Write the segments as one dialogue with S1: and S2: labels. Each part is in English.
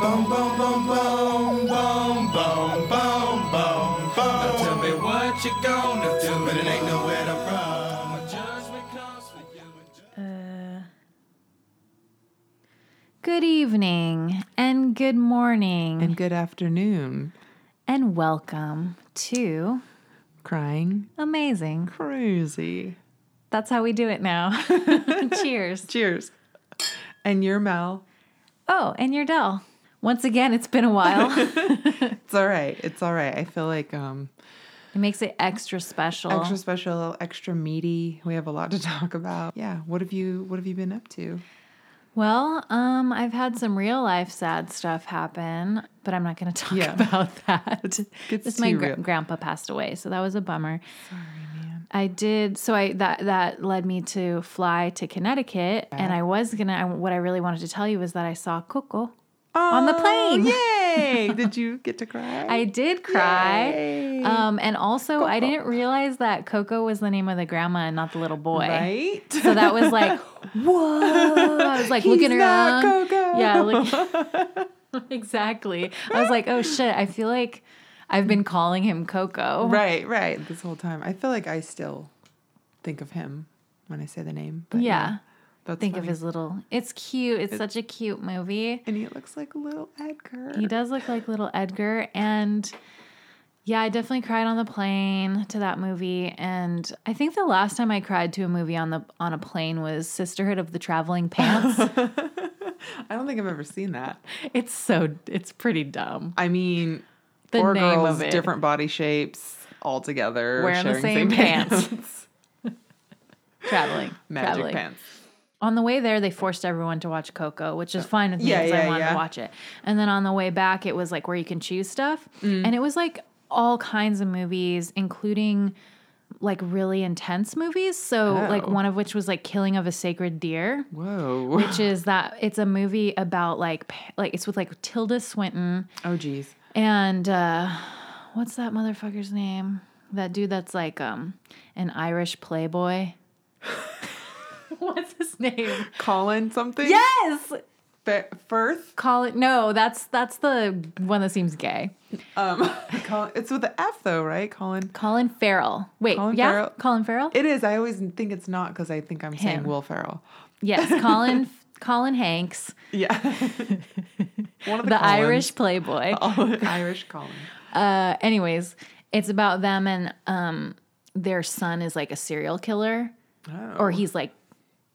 S1: Boom, boom, boom, boom, boom, boom, boom, boom, boom. Now tell me what you gonna do, but it ain't nowhere to run. My judgment comes for you.
S2: Good evening and good morning
S3: And good afternoon,
S2: and welcome to
S3: crying
S2: Amazing.
S3: crazy.
S2: That's how we do it now. Cheers.
S3: Cheers. And your Mal.
S2: Oh, and your Dell. Once again, it's been a while. it
S3: It's all right. It's all right. I feel like um
S2: makes it extra special.
S3: extra special, extra meaty. We have a lot to talk about. Yeah. What have you What have you been up to?
S2: Well, um, I've had some real life sad stuff happen, but I'm not going to talk
S3: Yeah.
S2: about that.
S3: it's
S2: Just my
S3: too
S2: gra-
S3: real.
S2: grandpa passed away, so that was a bummer. Sorry, man. I did so. I that that led me to fly to Connecticut, and I was gonna. I, what I really wanted to tell you was that I saw Coco. On the plane.
S3: Oh, Yay! Did you get to cry?
S2: I did cry.
S3: Yay.
S2: Um, and also, I didn't realize that Coco was the name of the grandma and not the little boy.
S3: right.
S2: So that was like, whoa! I was like looking
S3: He's not
S2: around.
S3: Coco.
S2: Yeah, look, exactly. I was like, oh shit! I feel like I've been calling him Coco.
S3: Right, right. This whole time, I feel like I still think of him when I say the name. But
S2: Yeah.
S3: that's
S2: Think of
S3: funny.
S2: his little. It's cute. It's such a cute movie.
S3: And he looks like little Edgar.
S2: He does look like little Edgar, and yeah, I definitely cried on the plane to that movie. And I think the last time I cried to a movie on the on a plane was Sisterhood of the Traveling Pants.
S3: I don't think I've ever seen that.
S2: it's so it's pretty dumb.
S3: I mean,
S2: The
S3: four
S2: name
S3: girls,
S2: of it.
S3: different body shapes, all together,
S2: Wearing the same
S3: sharing
S2: pants. Traveling,
S3: magic
S2: traveling.
S3: pants.
S2: on the way there they forced everyone to watch coco which is fine with me
S3: Oh. Yeah,
S2: because i
S3: yeah,
S2: wanted to
S3: yeah.
S2: watch it and then on the way back it was like where you can choose stuff
S3: Mm.
S2: and it was like all kinds of movies including like really intense movies so like
S3: Oh.
S2: one of which was like killing of a sacred deer
S3: Whoa!
S2: which is that it's a movie about like pa- like it's with like tilda swinton
S3: Oh, geez.
S2: and uh what's that motherfucker's name that dude that's like um an irish playboy what's his name
S3: Colin something.
S2: yes
S3: Fe- Firth.
S2: Call it no. That's that's the one that seems gay.
S3: Um, Colin, it's with the F though, right? Colin.
S2: Colin Farrell. Wait,
S3: Colin
S2: yeah,
S3: Farrell?
S2: Colin Farrell.
S3: It is. I always think it's not because I think I'm saying
S2: Him.
S3: Will Ferrell.
S2: yes, Colin Colin Hanks,
S3: Yeah. One of
S2: the,
S3: the, Colins.
S2: Irish playboy.
S3: Oh, Irish Colin.
S2: Uh, anyways, it's about them and um, their son is like a serial killer,
S3: Oh.
S2: or he's like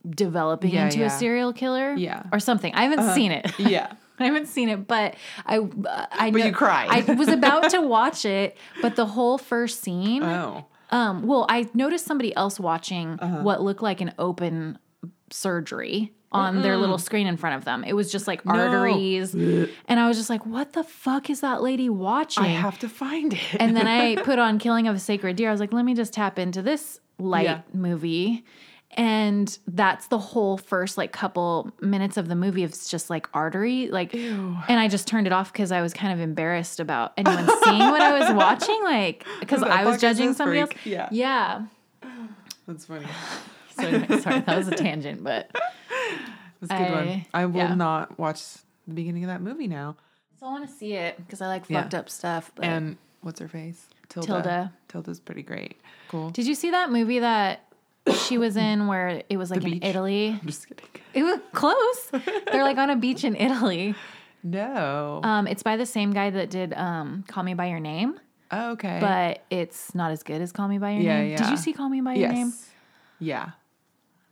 S2: developing
S3: Yeah,
S2: into
S3: yeah.
S2: a serial killer,
S3: Yeah. Uh-huh.
S2: or something. I haven't seen it.
S3: yeah.
S2: I haven't seen it, but I uh, I
S3: But
S2: know-
S3: you cried.
S2: I was about to watch it, but the whole first scene.
S3: Oh.
S2: Um, well, I noticed somebody else watching what looked like an open surgery on their little screen in front of them. It was just like arteries. And I was just like, what the fuck is that lady watching?
S3: I have to find it.
S2: and then I put on Killing of a Sacred Deer. I was like, let me just tap into this light
S3: Yeah.
S2: movie. And that's the whole first like couple minutes of the movie. It's just like artery, like, and I just turned it off because I was kind of embarrassed about anyone seeing what I was watching, like, because
S3: Who the
S2: I was
S3: fuck is
S2: judging
S3: this
S2: somebody
S3: freak?
S2: else.
S3: Yeah.
S2: yeah.
S3: That's funny. It
S2: So anyway, sorry, that was a tangent, but
S3: was a good one.
S2: I-
S3: I will
S2: yeah.
S3: not watch the beginning of that movie now.
S2: so I want to see it because I like
S3: Yeah.
S2: fucked up stuff. But.
S3: And what's her face? Tilda.
S2: Tilda.
S3: Tilda's pretty great. Cool.
S2: did you see that movie that she was in where it was like in
S3: beach?
S2: Italy?
S3: I'm just kidding.
S2: It was close. They're like on a beach in Italy.
S3: No.
S2: Um, it's by the same guy that did um, Call Me by Your Name,
S3: Oh, okay.
S2: Um, but it's not as good as Call Me by Your
S3: Yeah,
S2: Name. Did
S3: yeah.
S2: you see Call Me by Your
S3: yes.
S2: Name?
S3: Yeah.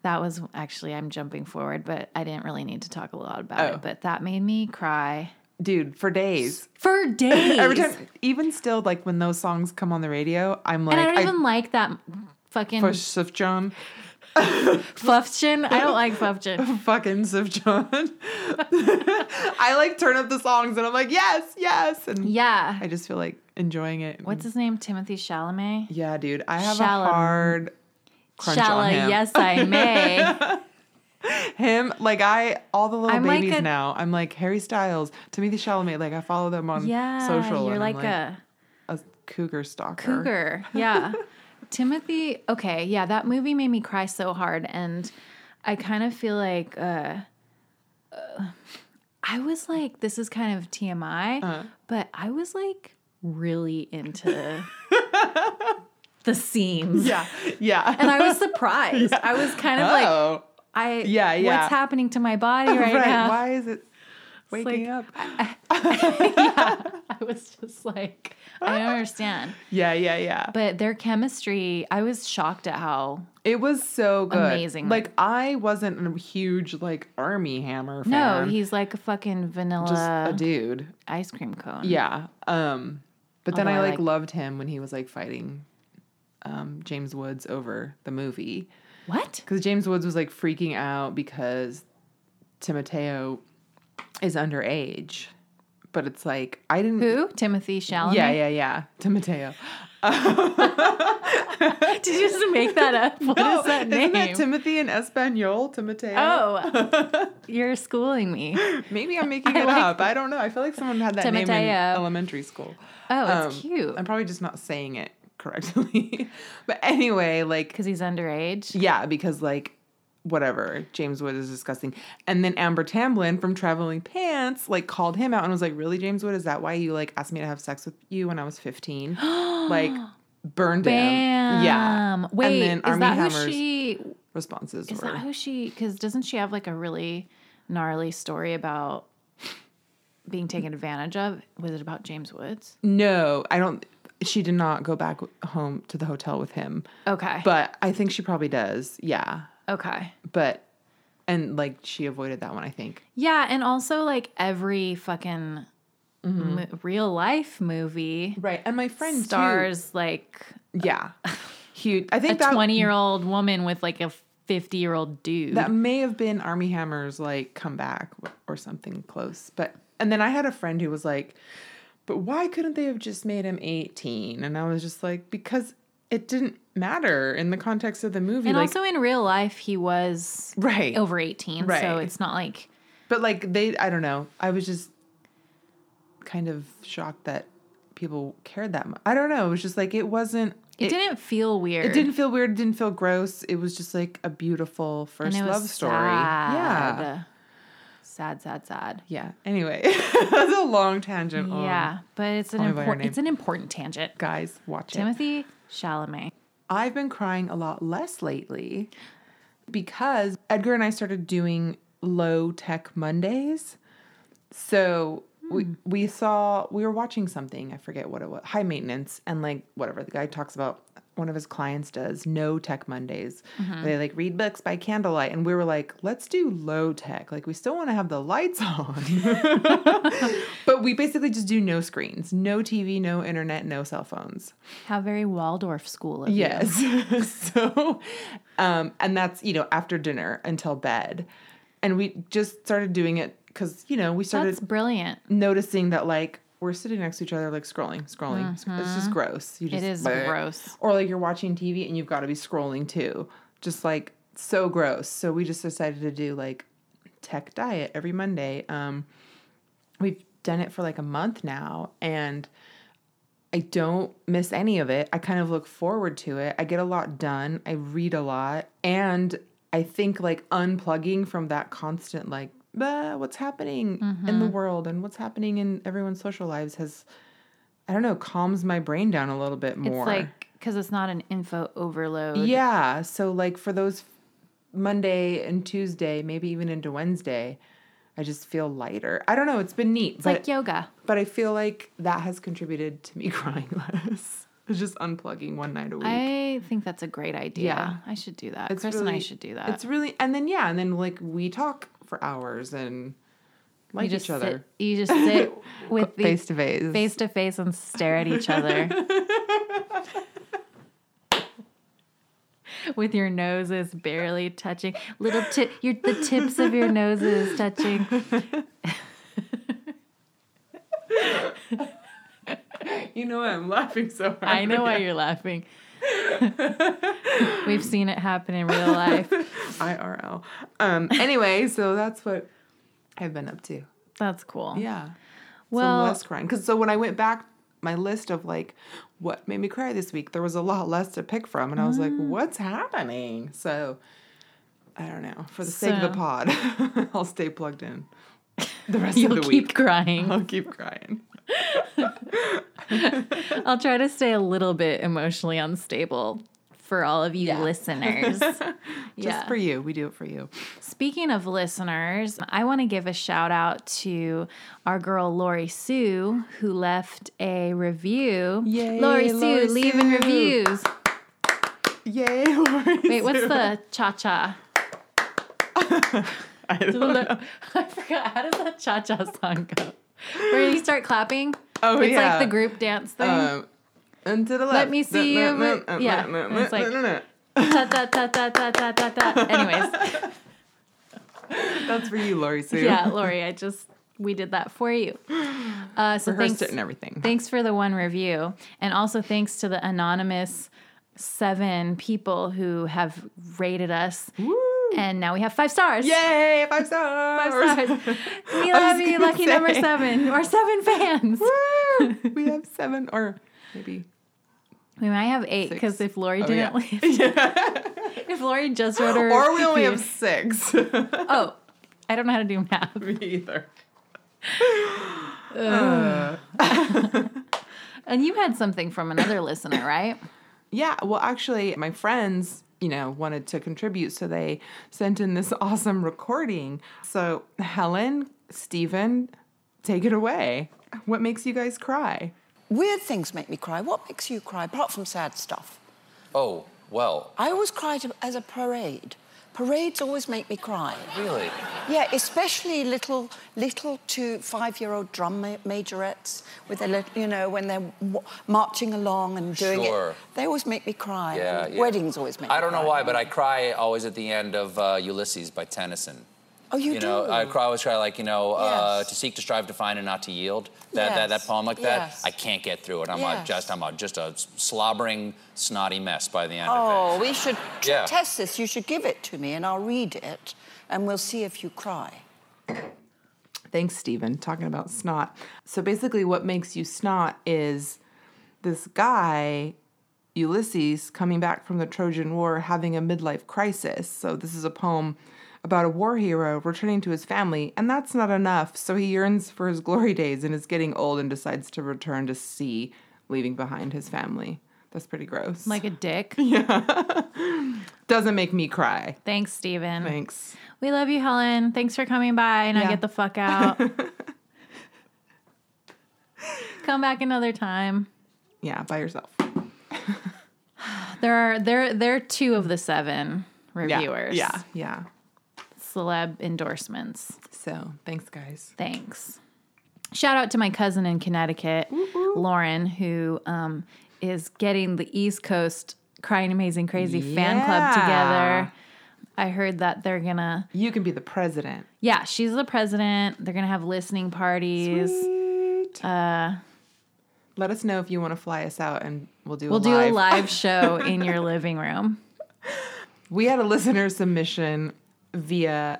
S2: That was actually I'm jumping forward, but I didn't really need to talk a lot about
S3: Oh.
S2: it. But that made me cry
S3: Dude, for days.
S2: for days.
S3: Every time, even still, like when those songs come on the radio, I'm like,
S2: and I don't
S3: I,
S2: even like that fucking
S3: for Sufjan,
S2: Fluffchin. I don't like Fluffchin.
S3: fucking Sufjan. I like turn up the songs and I'm like, yes, yes. And
S2: Yeah.
S3: I just feel like enjoying it.
S2: What's his name? Timothy Chalamet.
S3: Yeah, dude. I have
S2: Shallow-
S3: a hard crunch on
S2: Shala,
S3: him.
S2: yes, I may.
S3: Him, like I, all the little
S2: I'm like
S3: babies
S2: a-
S3: now. I'm like Harry Styles, Timothy Chalamet. Like I follow them on
S2: Yeah,
S3: social.
S2: you're
S3: and
S2: like,
S3: I'm
S2: a
S3: a cougar stalker.
S2: cougar. Yeah. Timothy, okay, yeah, that movie made me cry so hard. And I kind of feel like, uh, uh, I I was like, this is kind of TMI,
S3: Uh-huh.
S2: but I was like really into the scenes.
S3: Yeah, yeah.
S2: And I was surprised. I was kind of like,
S3: oh,
S2: I
S3: Yeah, yeah.
S2: What's happening to my body right,
S3: right.
S2: now?
S3: Why is it
S2: It's
S3: waking
S2: like-
S3: up?
S2: I was just like, I don't understand.
S3: yeah, yeah, yeah.
S2: But their chemistry, I was shocked at how.
S3: It was so good.
S2: Amazing.
S3: Like I wasn't a huge like Army Hammer
S2: No,
S3: fan.
S2: he's like a fucking
S3: just
S2: vanilla
S3: a dude.
S2: ice cream cone.
S3: Yeah. Um but then
S2: Although Oh,
S3: I
S2: I
S3: like
S2: like-
S3: loved him when he was like fighting um James Woods over the movie
S2: What?
S3: cuz James Woods was like freaking out because Timoteo is underage. But it's like I didn't
S2: Who? Timothy Chalamet.
S3: Yeah, yeah, yeah. Timoteo.
S2: Did you just make that up? What is that name?
S3: Isn't that Timothy in Espanol? Timoteo?
S2: oh, you're schooling me.
S3: Maybe I'm making
S2: I
S3: it
S2: like
S3: up. I don't know. I feel like someone had that name in
S2: Timoteo.
S3: elementary school.
S2: Oh, it's
S3: Um,
S2: cute.
S3: I'm probably just not saying it correctly. but anyway, like,
S2: Because he's underage.
S3: yeah, because like, whatever, James Wood is disgusting. And then Amber Tamblyn from Traveling Pants, like, called him out and was like, really, James Wood, is that why you, like, asked me to have sex with you when I was 15? like, burned
S2: Bam.
S3: him. Yeah.
S2: Wait,
S3: and then
S2: is
S3: Army
S2: that
S3: Hammer's
S2: who she?
S3: responses
S2: Is
S3: were,
S2: that who she? Because doesn't she have like a really gnarly story about being taken advantage of? Was it about James Woods?
S3: no, I don't, she did not go back home to the hotel with him.
S2: Okay.
S3: But I think she probably does. Yeah.
S2: okay.
S3: But, and like, she avoided that one, I think.
S2: Yeah, and also like every fucking mo- real life movie
S3: Mm-hmm. Right. And my friend too.
S2: stars like
S3: Yeah. Huge. I
S2: a
S3: think that
S2: twenty year old woman with like a fifty year old dude.
S3: that may have been Army Hammer's like comeback or something close. But and then I had a friend who was like, "But why couldn't they have just made him 18?" And I was just like, "Because it didn't matter in the context of the movie."
S2: and
S3: like
S2: also Oh. in real life, he was
S3: right.
S2: over eighteen, so
S3: Right.
S2: it's not like
S3: But like they I don't know. I was just kind of shocked that people cared that much. I don't know. It was just like it wasn't
S2: it, didn't feel weird.
S3: It didn't feel weird. It didn't feel gross. It was just like a beautiful first love story. Yeah.
S2: sad. sad, sad, sad.
S3: Yeah. Anyway, that's a long tangent. on-
S2: Yeah, but it's an
S3: Call me by your
S2: important
S3: name.
S2: it's an important tangent.
S3: Guys, watch it.
S2: Timothy Chalamet.
S3: I've been crying a lot less lately because Edgar and I started doing low tech Mondays. So we we saw we were watching something, I forget what it was, high maintenance and like whatever the guy talks about one of his clients does no tech Mondays. They like read books by candlelight and we were like, let's do low tech. Like we still want to have the lights on. but we basically just do no screens, no TV, no internet, no cell phones.
S2: How very Waldorf school of you.
S3: Yes. so, um, and that's, you know, after dinner until bed. And we just started doing it because, you know, we started
S2: That's brilliant.
S3: noticing that, like, we're sitting next to each other, like, scrolling, scrolling. It's just gross. You just,
S2: Mm-hmm. is
S3: bleh.
S2: gross.
S3: Or, like, you're watching TV and you've got to be scrolling too. Just, like, so gross. So, we just decided to do, like, tech diet every Monday. Um, we've done it for like a month now and I don't miss any of it. I kind of look forward to it. I get a lot done. I read a lot and I think like unplugging from that constant like "Bah, what's happening in
S2: Mm-hmm.
S3: the world and what's happening in everyone's social lives has I don't know, calms my brain down a little bit more.
S2: It's like because it's not an info overload.
S3: Yeah. So like for those Monday and Tuesday, maybe even into Wednesday, I just feel lighter. I don't know. It's been neat.
S2: it's
S3: but,
S2: like yoga.
S3: but I feel like that has contributed to me crying less. It's just unplugging one night a week.
S2: I think that's a great idea.
S3: Yeah.
S2: I should do that.
S3: It's
S2: Chris and I
S3: really-
S2: should do that.
S3: it's really and then yeah, and then like we talk for hours
S2: you
S3: and like
S2: just
S3: each other.
S2: Sit, you just sit with the
S3: Face to face.
S2: face to face and stare at each other. With your noses barely touching, little tip, your the tips of your noses touching.
S3: You know why I'm laughing so hard.
S2: I know why you're laughing. We've seen it happen in real life.
S3: IRL. Um anyway, so that's what I've been up to.
S2: That's cool.
S3: Yeah.
S2: Well-
S3: so less crying because so when I went back my list of like what made me cry this week, there was a lot less to pick from, and I was like,
S2: Mm.
S3: what's happening? So I don't know. For the sake of the
S2: So-
S3: pod, I'll stay plugged in. the rest
S2: You'll
S3: of the
S2: keep
S3: week.
S2: crying.
S3: I'll keep crying.
S2: I'll try to stay a little bit emotionally unstable for all of you
S3: Yeah.
S2: listeners.
S3: Just for you. We do it for you.
S2: Speaking of listeners, I want to give a shout out to our girl Lori Sue, who left a review.
S3: Yay,
S2: Lori
S3: Lori
S2: Sue, leaving
S3: Sue.
S2: reviews.
S3: Yay.
S2: Wait, what's the cha cha?
S3: I don't know.
S2: I forgot. How does that cha cha song go? Where you start clapping?
S3: Oh,
S2: it's
S3: yeah.
S2: like the group dance thing.
S3: Um, and to the left.
S2: me see
S3: No,
S2: you.
S3: no, no,
S2: Yeah.
S3: no, no,
S2: And it's
S3: no,
S2: like-
S3: no, no.
S2: Ta ta ta ta ta ta ta ta. Anyways,
S3: That's for you, Lori Sue.
S2: yeah, Lori, I just we did that for you. Uh, so
S3: Rehearsed
S2: thanks.
S3: it and everything.
S2: Thanks for the one review. And also thanks to the anonymous seven people who have rated us.
S3: Woo.
S2: And now we have five stars.
S3: Yay, five stars.
S2: Five stars. We
S3: I
S2: love
S3: was
S2: you,
S3: gonna
S2: lucky number
S3: say.
S2: seven, or seven fans.
S3: Woo. we have seven or maybe.
S2: We might have eight because if Lori
S3: Oh,
S2: didn't,
S3: yeah.
S2: leave, if Lori just wrote her,
S3: Or we only have
S2: review-
S3: six.
S2: Oh, I don't know how to do math.
S3: me either.
S2: And you had something from another listener, right?
S3: Yeah, well, actually, my friends, you know, wanted to contribute, so they sent in this awesome recording. So, Helen, Stephen, take it away. What makes you guys cry?
S4: Weird things make me cry. What makes you cry apart from sad stuff?
S5: Oh, well,
S4: I always cry to, as a parade. Parades always make me cry.
S5: really?
S4: Yeah, especially little, little to five-year-old drum ma- majorettes with their, lit- you know, when they're w- marching along and doing
S5: Sure.
S4: it. They always make me cry.
S5: Yeah, yeah.
S4: Weddings always make.
S5: I
S4: me
S5: don't know
S4: cry.
S5: why, but I cry always at the end of uh, Ulysses by Tennyson.
S4: Oh, you,
S5: you
S4: do.
S5: know, I cry, always cry like, you know, uh,
S4: Yes.
S5: to seek, to strive, to find, and not to yield. That, that, that
S4: Yes,
S5: poem like
S4: yes.
S5: that, I can't get through it. I'm a,
S4: Yes.
S5: just, I'm a, just a slobbering, snotty mess by the end of it.
S4: Oh, we should t-
S5: Yeah.
S4: test this. You should give it to me, and I'll read it, and we'll see if you cry.
S3: Thanks, Stephen. Talking about snot. So basically, what makes you snot is this guy, Ulysses, coming back from the Trojan War, having a midlife crisis. So this is a poem about a war hero returning to his family, and that's not enough. So he yearns for his glory days and is getting old and decides to return to sea, leaving behind his family. That's pretty gross.
S2: Like a dick.
S3: doesn't make me cry.
S2: Thanks, Steven.
S3: Thanks.
S2: We love you, Helen. Thanks for coming by. Now
S3: Yeah.
S2: get the fuck out. Come back another time.
S3: Yeah, by yourself.
S2: There are there there are two of the seven
S3: Yeah.
S2: reviewers.
S3: Yeah. Yeah.
S2: Celeb endorsements.
S3: So thanks, guys.
S2: Thanks. Shout out to my cousin in Connecticut, Lauren, who um, is getting the East Coast Crying Amazing Crazy fan club
S3: Yeah.
S2: together. I heard that they're gonna
S3: You can be the president.
S2: Yeah, she's the president. They're gonna have listening parties. Uh,
S3: Let us know if you want to fly us out, and we'll do.
S2: We'll
S3: a
S2: do
S3: live.
S2: a live show in your living room.
S3: We had a listener submission via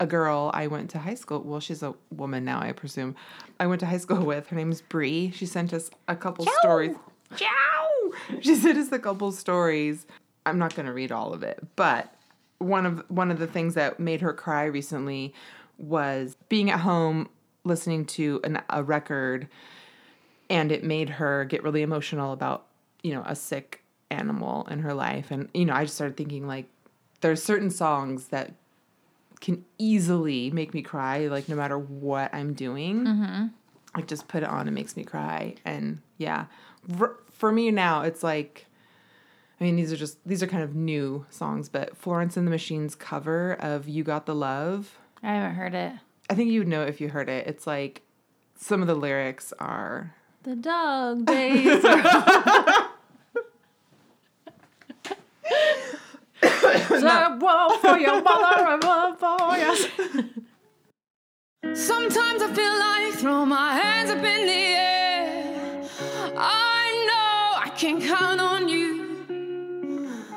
S3: a girl I went to high school. Well, she's a woman now, I presume. I went to high school with. Her name's Bree. She sent us a couple stories. Ciao. She sent us a couple stories. I'm not going to read all of it, but one of one of the things that made her cry recently was being at home listening to an, a record and it made her get really emotional about you know a sick animal in her life and you know i just started thinking like there's certain songs that can easily make me cry like no matter what i'm doing like just put it on and makes me cry and yeah for, for me now it's like i mean these are just these are kind of new songs but florence and the machine's cover of you got the love
S2: I haven't heard it.
S3: i think you'd know if you heard it it's like some of the lyrics are
S2: The dog days. are- So woe for your mother and woe for your-
S6: Sometimes I feel like throw my hands up in the air. I know I can count on you.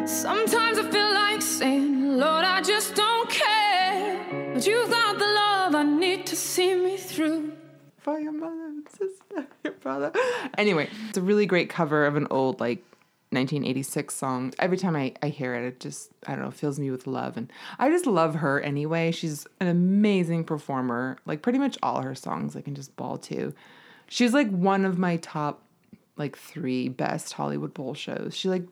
S6: Sometimes I feel like saying, Lord, I just don't care. But you've got the love I need to see me through.
S3: for your mother and sister, your brother. Anyway, it's a really great cover of an old like 1986 song. Every time I, I hear it, it just, I don't know, fills me with love. And I just love her anyway. She's an amazing performer. Like, pretty much all her songs I can just ball to. She's like one of my top, like, three best Hollywood Bowl shows. She, like,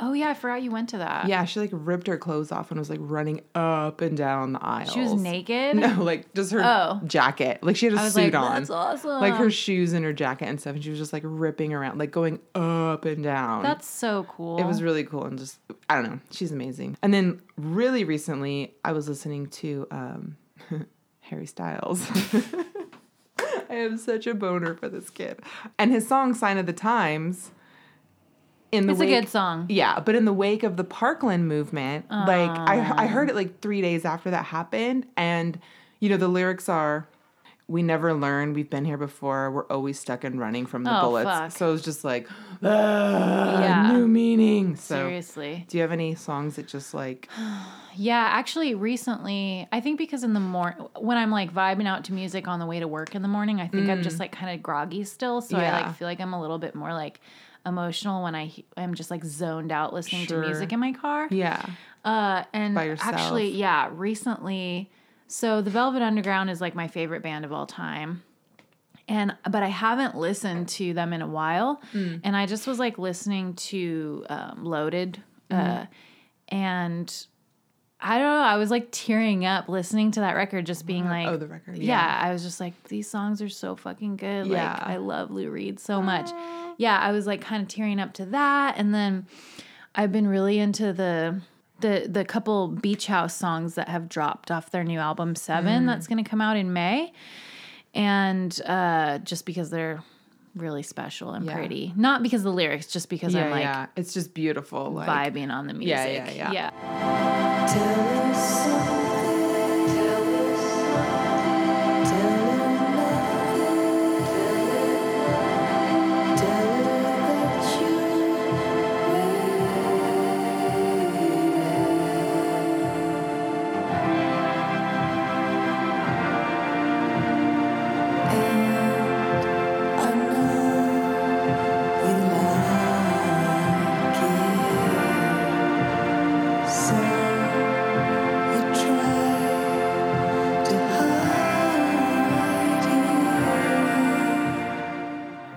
S2: Oh yeah, I forgot you went to that.
S3: yeah, she, like, ripped her clothes off and was, like, running up and down the aisles.
S2: She was naked.
S3: No, like just her
S2: Oh.
S3: jacket. Like she had a
S2: I was
S3: suit
S2: like,
S3: on.
S2: "That's awesome."
S3: Like her shoes and her jacket and stuff. And she was just like ripping around, like going up and down.
S2: That's so cool.
S3: it was really cool and just I don't know. She's amazing. And then really recently I was listening to um Harry Styles. I am such a boner for this kid. And his song Sign of the Times in the
S2: It's a
S3: wake,
S2: good song.
S3: yeah, but in the wake of the Parkland movement, like I, I heard it like three days after that happened, and you know the lyrics are, "We never learn. We've been here before. We're always stuck and running from the
S2: Oh,
S3: bullets."
S2: fuck.
S3: So it was just like, ah, new meaning. So,
S2: Seriously.
S3: do you have any songs that just like
S2: Yeah, actually, recently, I think because in the morning, when I'm like vibing out to music on the way to work in the morning, I think I'm just like kind of groggy still. So I
S3: Mm. Yeah.
S2: like feel like I'm a little bit more like emotional when I am just like zoned out listening
S3: Sure.
S2: to music in my car.
S3: yeah?
S2: Uh, and
S3: By yourself.
S2: actually, yeah, recently, so the Velvet Underground is like my favorite band of all time. And but I haven't listened to them in a while,
S3: Mm.
S2: and I just was like listening to um, Loaded, uh,
S3: Mm-hmm.
S2: and I don't know, I was like tearing up listening to that record, just being like,
S3: oh, the record,
S2: yeah. I was just like, these songs are so fucking good.
S3: Yeah.
S2: Like, I love Lou Reed so much. Yeah, I was like kind of tearing up to that, and then I've been really into the the the couple beach house songs that have dropped off their new album Seven
S3: Mm.
S2: that's going to come out in May, and uh, just because they're really special and
S3: Yeah.
S2: pretty, not because of the lyrics, just because
S3: yeah,
S2: I'm like
S3: yeah. It's just beautiful. Like,
S2: vibing on the music.
S3: Yeah, yeah, yeah.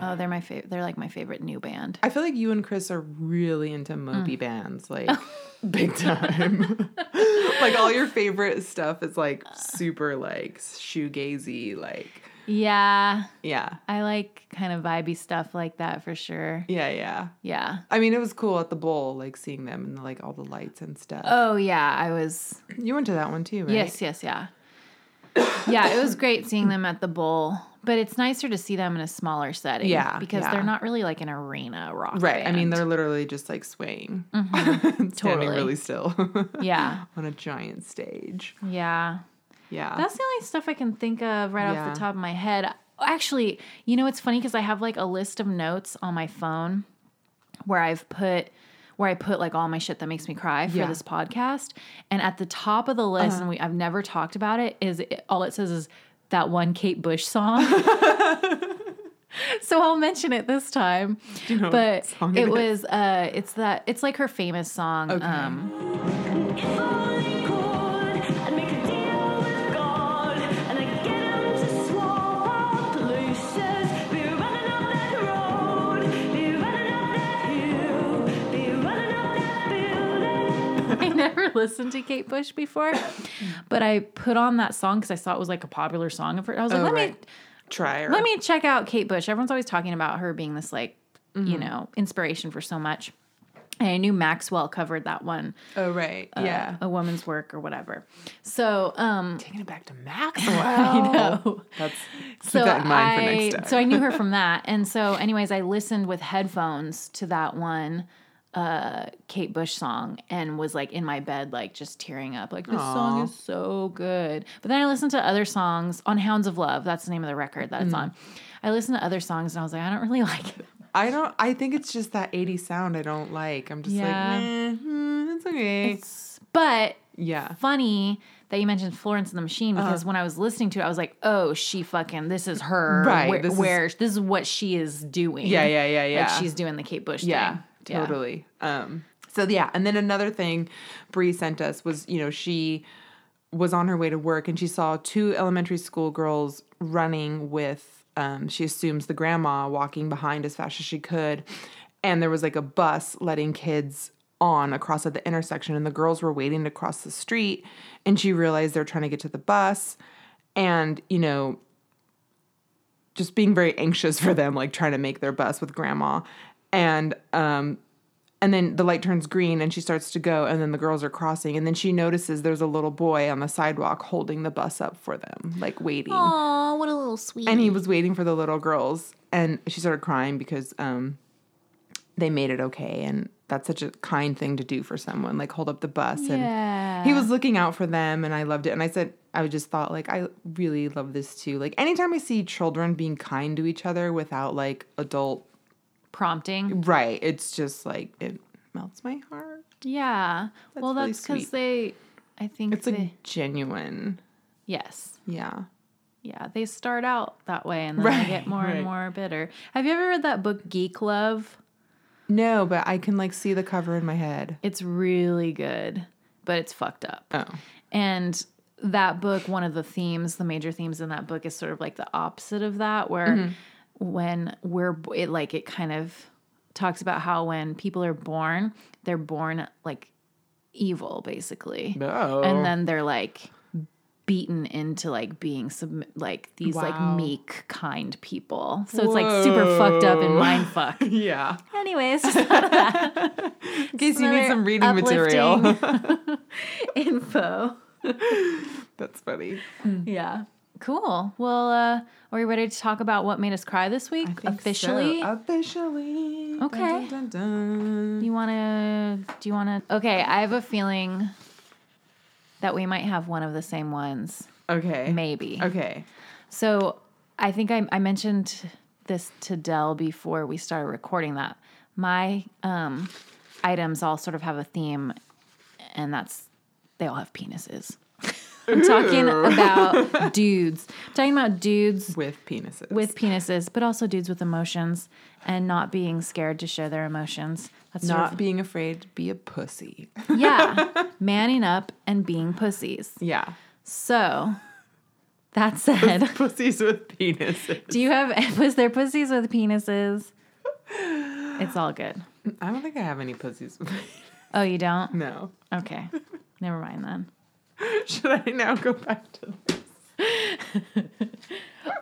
S2: Oh, they're my favorite. They're like my favorite new band.
S3: I feel like you and Chris are really into
S2: Mm.
S3: mopey bands, like
S2: Oh.
S3: big time. like all your favorite stuff is like
S2: Uh.
S3: super like shoegazy, like
S2: Yeah,
S3: yeah,
S2: I like kind of vibey stuff like that for sure.
S3: yeah, yeah.
S2: Yeah.
S3: I mean, it was cool at the bowl, like seeing them and like all the lights and stuff.
S2: Oh yeah, I was.
S3: you went to that one too, right?
S2: Yes, yes, yeah. yeah, it was great seeing them at the bowl, but it's nicer to see them in a smaller setting.
S3: Yeah,
S2: because
S3: yeah.
S2: they're not really like an arena rock.
S3: Right. I mean,
S2: band.
S3: they're literally just like swaying, standing
S2: Mm-hmm. Totally.
S3: really still
S2: yeah,
S3: on a giant stage.
S2: yeah.
S3: Yeah.
S2: Mm. That's the only stuff I can think of right
S3: Yeah.
S2: off the top of my head. Actually, you know, it's funny because I have like a list of notes on my phone where I've put where I put like all my shit that makes me cry for
S3: Yeah. Uh-huh.
S2: this podcast. And at the top of the list, and we I've never talked about it, is it, all it says is that one Kate Bush song. so I'll mention it this time.
S3: you know what
S2: but
S3: song
S2: it
S3: it
S2: was uh it's that it's like her famous song. Um I never listened to Kate Bush before, but I put on that song because I saw it was like a popular song of her. I was like,
S3: Oh,
S2: let me
S3: right. Try her.
S2: let me check out Kate Bush. Everyone's always talking about her being this like,
S3: Mm-hmm.
S2: you know, inspiration for so much. And I knew Maxwell covered that one,
S3: Oh, right.
S2: Uh,
S3: yeah.
S2: a woman's work or whatever. So, um,
S3: Taking it back to Maxwell. I know. That's keep
S2: so
S3: that in mind
S2: I,
S3: for next time.
S2: so I knew her from that. And so, anyways, I listened with headphones to that one uh Kate Bush song and was like in my bed like just tearing up like this song is so good. But then I listened to other songs on Hounds of Love, that's the name of the record that
S3: Mm-hmm.
S2: it's on. I listened to other songs and I was like I don't really like it.
S3: I don't. I think it's just that 80 sound I don't like. I'm just
S2: Yeah.
S3: like, "Meh, mm, it's okay.
S2: But
S3: yeah,
S2: funny that you mentioned Florence and the Machine
S3: Uh-huh.
S2: because when I was listening to it, I was like, "Oh, she fucking this is her.
S3: Right,
S2: Where
S3: this
S2: this,
S3: is-
S2: is, this is what she is doing.
S3: yeah, yeah, yeah, yeah.
S2: Like she's doing the Kate Bush
S3: yeah,
S2: thing. Yeah.
S3: totally. Um, so yeah, and then another thing Bree sent us was, you know, she was on her way to work and she saw two elementary school girls running with um, she assumes the grandma walking behind as fast as she could and there was like a bus letting kids on across at the intersection and the girls were waiting to cross the street and she realized they're trying to get to the bus and you know just being very anxious for them, like trying to make their bus with grandma. And um, and then the light turns green and she starts to go, and then the girls are crossing, and then she notices there's a little boy on the sidewalk holding the bus up for them, like waiting.
S2: Oh, what a little sweet.
S3: And he was waiting for the little girls, and she started crying because um, they made it okay, and that's such a kind thing to do for someone, like hold up the bus.
S2: Yeah.
S3: And he was
S2: Uh,
S3: looking out for them, and I loved it. And I said, I just thought, like, I really love this too. Like, anytime I see children being kind to each other without like adult,
S2: prompting.
S3: right? It's just like it melts my heart.
S2: Yeah. well,
S3: really
S2: that's because
S3: sweet.
S2: they. I think
S3: It's
S2: they,
S3: like genuine,
S2: yes.
S3: yeah.
S2: Yeah, they start out that way and then
S3: Right,
S2: they get more
S3: right.
S2: and more bitter. Have you ever read that book Geek Love?
S3: No, but I can like see the cover in my head.
S2: It's really good, but it's fucked up.
S3: Oh,
S2: And that book, one of the themes, the major themes in that book is sort of like the opposite of that, where
S3: Mm-hmm.
S2: when we're, b- it like, it kind of talks about how when people are born, they're born like evil, basically.
S3: Oh.
S2: And then they're like, beaten into like being sub- like these
S3: Wow.
S2: like meek kind people so it's like super fucked up and mind fuck
S3: yeah.
S2: anyways just thought of that.
S3: In case you need
S2: Another
S3: some reading material,
S2: uplifting info
S3: that's funny.
S2: Yeah. Cool. Well, uh, are we ready to talk about what made us cry this week? Officially?
S3: So, officially. Dun,
S2: Okay.
S3: dun, dun, dun.
S2: you wanna do you wanna Okay, I have a feeling that we might have one of the same ones.
S3: Okay.
S2: Maybe.
S3: Okay.
S2: So I think I, I mentioned this to Dell before we started recording that. My um, items all sort of have a theme, and that's they all have penises. I'm talking about dudes. I'm talking about dudes
S3: With penises.
S2: with penises, but also dudes with emotions and not being scared to show their emotions. That's sort
S3: not
S2: of-
S3: being afraid to be a pussy.
S2: yeah, manning up and being pussies.
S3: Yeah.
S2: So that said,
S3: Pussies with penises.
S2: do you have was there pussies with penises? It's all good.
S3: I don't think I have any pussies with
S2: Oh, you don't?
S3: No.
S2: Okay, never mind then.
S3: Should I now go back to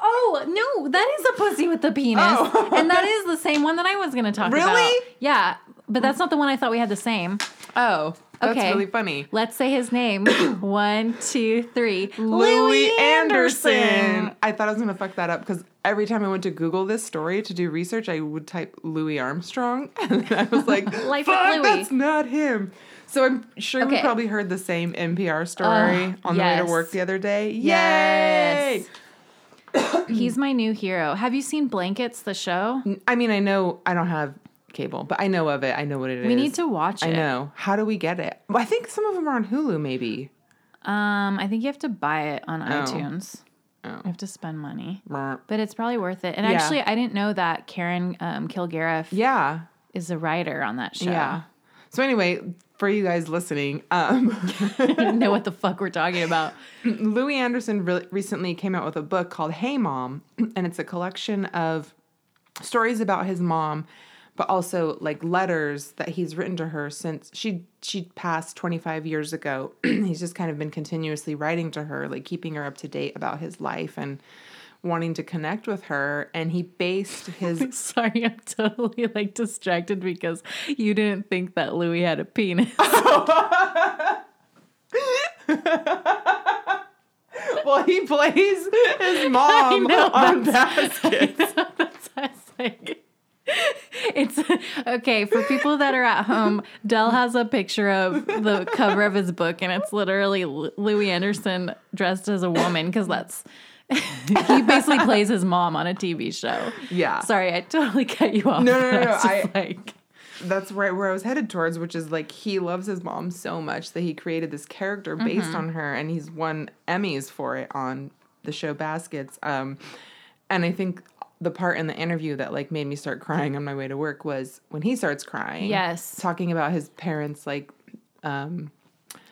S2: Oh no, that is a pussy with the penis,
S3: Oh.
S2: and that is the same one that I was gonna talk about.
S3: Really?
S2: Yeah, but that's not the one I thought we had the same.
S3: Oh. That's
S2: Okay.
S3: really funny.
S2: Let's say his name. One, two, three.
S3: Louis Anderson. I thought I was gonna fuck that up because every time I went to Google this story to do research, I would type Louis Armstrong, and I was like,
S2: Life with
S3: "Fuck,
S2: Louis."
S3: that's not him." So I'm sure we
S2: Okay.
S3: probably heard the same NPR story
S2: Ugh,
S3: on the way
S2: yes.
S3: to work the other day. Yay!
S2: Yes. He's my new hero. Have you seen Blankets, the show?
S3: I mean, I know I don't have cable, but I know of it. I know what it is.
S2: We need to watch it.
S3: I know. How do we get it? Well, I think some of them are on Hulu, maybe.
S2: Um, I think you have to buy it on iTunes.
S3: Oh.
S2: You have to spend money.
S3: Brr.
S2: But it's probably worth it. And
S3: Yeah.
S2: actually, I didn't know that Karen um, Kilgariff
S3: Yeah.
S2: is a writer on that show.
S3: Yeah. So anyway, for you guys listening, um,
S2: I didn't know what the fuck we're talking about.
S3: Louis Anderson re- recently came out with a book called Hey Mom, and it's a collection of stories about his mom, but also like letters that he's written to her since she she passed 25 years ago. he's just kind of been continuously writing to her, like keeping her up to date about his life and wanting to connect with her. And he based his
S2: Sorry, I'm totally like distracted because you didn't think that Louis had a penis.
S3: well, he plays his mom
S2: know,
S3: on basket.
S2: That's what I was like. It's okay for people that are at home. Dell has a picture of the cover of his book, and it's literally L- Louis Anderson dressed as a woman because that's he basically plays his mom on a TV show.
S3: Yeah.
S2: Sorry, I totally cut you off.
S3: No, no,
S2: but I
S3: no,
S2: was
S3: no,
S2: just
S3: I-
S2: like
S3: that's right where I was headed towards, which is like he loves his mom so much that he created this character based on her, and he's won Emmys for it on the show Baskets. Um, and I think the part in the interview that like made me start crying on my way to work was when he starts crying.
S2: Yes.
S3: Talking about his parents like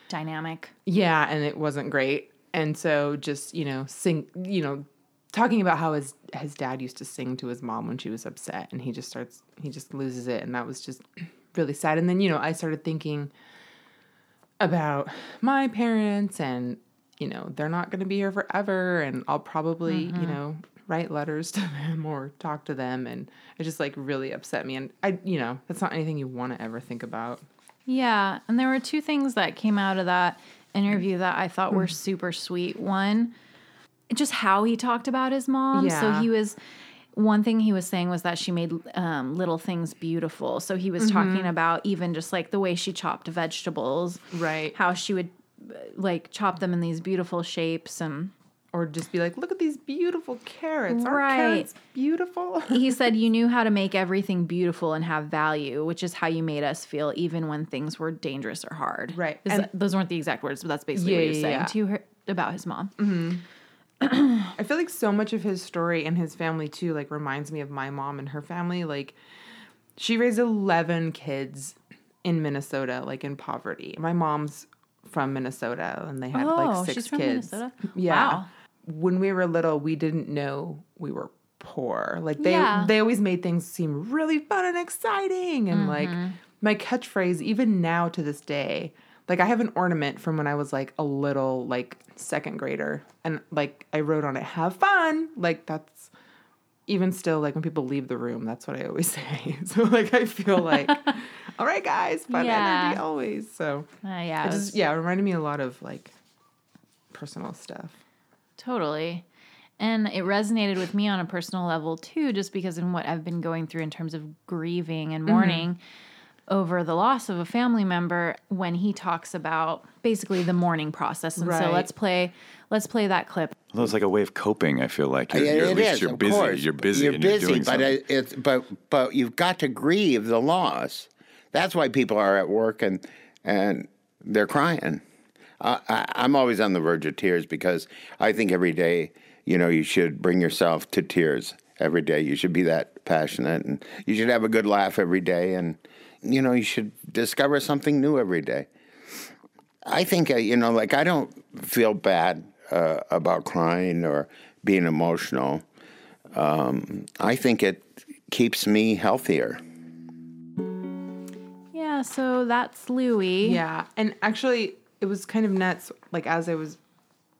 S2: Dynamic.
S3: yeah, and it wasn't great. And so just, you know, sing, you know, talking about how his his dad used to sing to his mom when she was upset and he just starts he just loses it and that was just really sad. And then, you know, I started thinking about my parents and you know, they're not going to be here forever and I'll probably, you know, write letters to them or talk to them and it just like really upset me and I, you know, that's not anything you want to ever think about.
S2: Yeah, and there were two things that came out of that interview that I thought were
S3: Mm-hmm.
S2: super sweet. One, just how he talked about his mom. So
S3: Yeah.
S2: he was one thing he was saying was that she made um, little things beautiful. So he was
S3: Mm-hmm.
S2: talking about even just like the way she chopped vegetables,
S3: Right.
S2: how she would uh, like chop them in these beautiful shapes and
S3: or just be like, look at these beautiful carrots. Aren't
S2: Right.
S3: carrots beautiful?
S2: he said you knew how to make everything beautiful and have value, which is how you made us feel even when things were dangerous or hard.
S3: Right.
S2: Is
S3: And-
S2: that- those weren't the exact words, but that's basically what he
S3: Yeah,
S2: was
S3: yeah,
S2: saying
S3: yeah. Mm-hmm.
S2: to her about his mom.
S3: I feel like so much of his story and his family too, like reminds me of my mom and her family. Like she raised eleven kids in Minnesota, like in poverty. My mom's from Minnesota and they had like six
S2: Oh, she's
S3: kids.
S2: from Minnesota.
S3: Yeah.
S2: Wow.
S3: When we were little, we didn't know we were poor. Like they
S2: Yeah.
S3: they always made things seem really fun and exciting
S2: Mm-hmm.
S3: and like my catchphrase even now to this day. Like I have an ornament from when I was like a little like second grader and like I wrote on it have fun. Like that's even still like when people leave the room, that's what I always say. So like I feel like all right guys, fun
S2: Yeah.
S3: energy always. So
S2: Uh, yeah, it
S3: it
S2: was-
S3: just yeah, it reminded me a lot of like personal stuff.
S2: totally. And it resonated with me on a personal level too, just because in what I've been going through in terms of grieving
S3: Mm-hmm.
S2: and mourning over the loss of a family member. When he talks about basically the mourning process, and so
S3: Right.
S2: let's play, let's play that clip.
S7: Well, it's like a way of coping. I feel like you're,
S8: Yeah,
S7: you're- at
S8: it
S7: least
S8: is,
S7: you're
S8: of
S7: busy.
S8: course.
S7: You're busy.
S8: You're
S7: and
S8: busy,
S7: you're doing
S8: but
S7: something.
S8: I- it's but but you've got to grieve the loss. That's why people are at work and and they're crying. I, I, I'm always on the verge of tears because I think every day, you know, you should bring yourself to tears every day. You should be that passionate, and you should have a good laugh every day, and you know, you should discover something new every day. I think uh, you know, like I don't feel bad uh, about crying or being emotional. Um, I think it keeps me healthier.
S2: Yeah, so that's Louie.
S3: Yeah, and actually, it was kind of nuts. Like as I was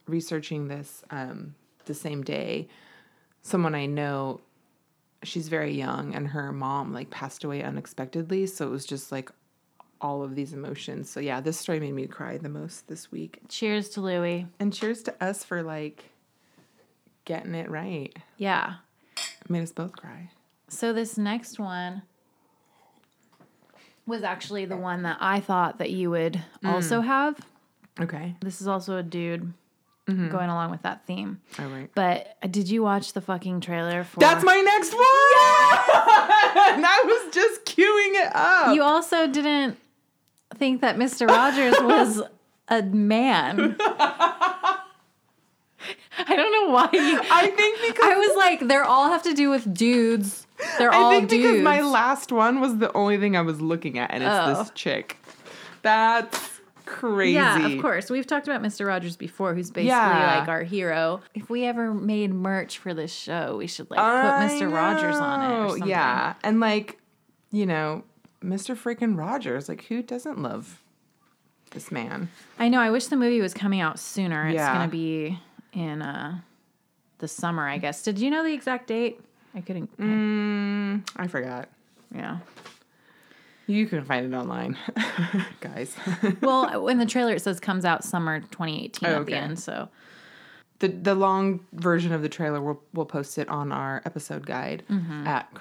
S3: researching this um, the same day, someone I know, she's very young, and her mom like passed away unexpectedly. So it was just like all of these emotions. So yeah, this story made me cry the most this week.
S2: Cheers to Louie.
S3: And cheers to us for like getting it right.
S2: Yeah.
S3: It made us both cry.
S2: So this next one was actually the one that I thought that you would
S3: Mm.
S2: also have.
S3: Okay.
S2: This is also a dude
S3: Mm-hmm.
S2: going along with that theme.
S3: All right.
S2: But uh, did you watch the fucking trailer for
S3: That's my next one. and I was just queuing it up.
S2: You also didn't think that Mr. Rogers was a man. I don't know why. You,
S3: I think because
S2: I was like, they're all have to do with dudes. They're all
S3: I think
S2: dudes.
S3: because my last one was the only thing I was looking at, and it's
S2: Oh.
S3: this chick. That's crazy.
S2: Yeah, of course. We've talked about Mr. Rogers before, who's basically
S3: Yeah.
S2: like our hero. If we ever made merch for this show, we should like
S3: I
S2: put Mr. Rogers on it. Or
S3: know,
S2: something.
S3: Yeah, and like, you know, Mr. Freaking Rogers. Like, who doesn't love this man?
S2: I know. I wish the movie was coming out sooner. It's
S3: Yeah.
S2: gonna be in uh the summer, I guess. Did you know the exact date? I couldn't.
S3: Mm. I forgot.
S2: Yeah.
S3: You can find it online, guys.
S2: Well, in the trailer it says comes out summer 2018
S3: Oh,
S2: at the
S3: okay.
S2: end. So
S3: the The long version of the trailer we'll we'll post it on our episode guide
S2: Mm-hmm.
S3: at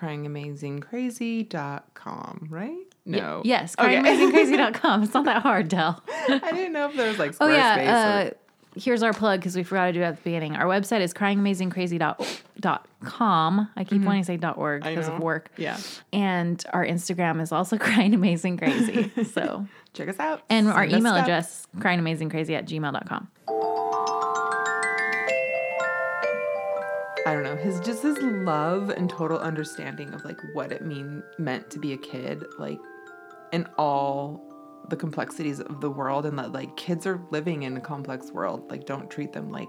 S3: cryingamazingcrazy.com, Right? No.
S2: yes,
S3: Okay.
S2: crazyamazingcrazy.com. It's not that hard, Dell.
S3: I didn't know if there was like Squarespace
S2: Oh
S3: or
S2: yeah. Uh, here's our plug because we forgot to do it at the beginning. Our website is cryingamazingcrazy.com. I keep wanting to say dot .org because of
S3: Mm-hmm. know.
S2: work.
S3: Yeah.
S2: And our Instagram is also cryingamazingcrazy. so,
S3: Check us out.
S2: and our
S3: Send us
S2: email
S3: stuff.
S2: address, cryingamazingcrazy at gmail.com.
S3: I don't know, his just his love and total understanding of like what it mean meant to be a kid, like and all the complexities of the world and that like kids are living in a complex world. Like don't treat them like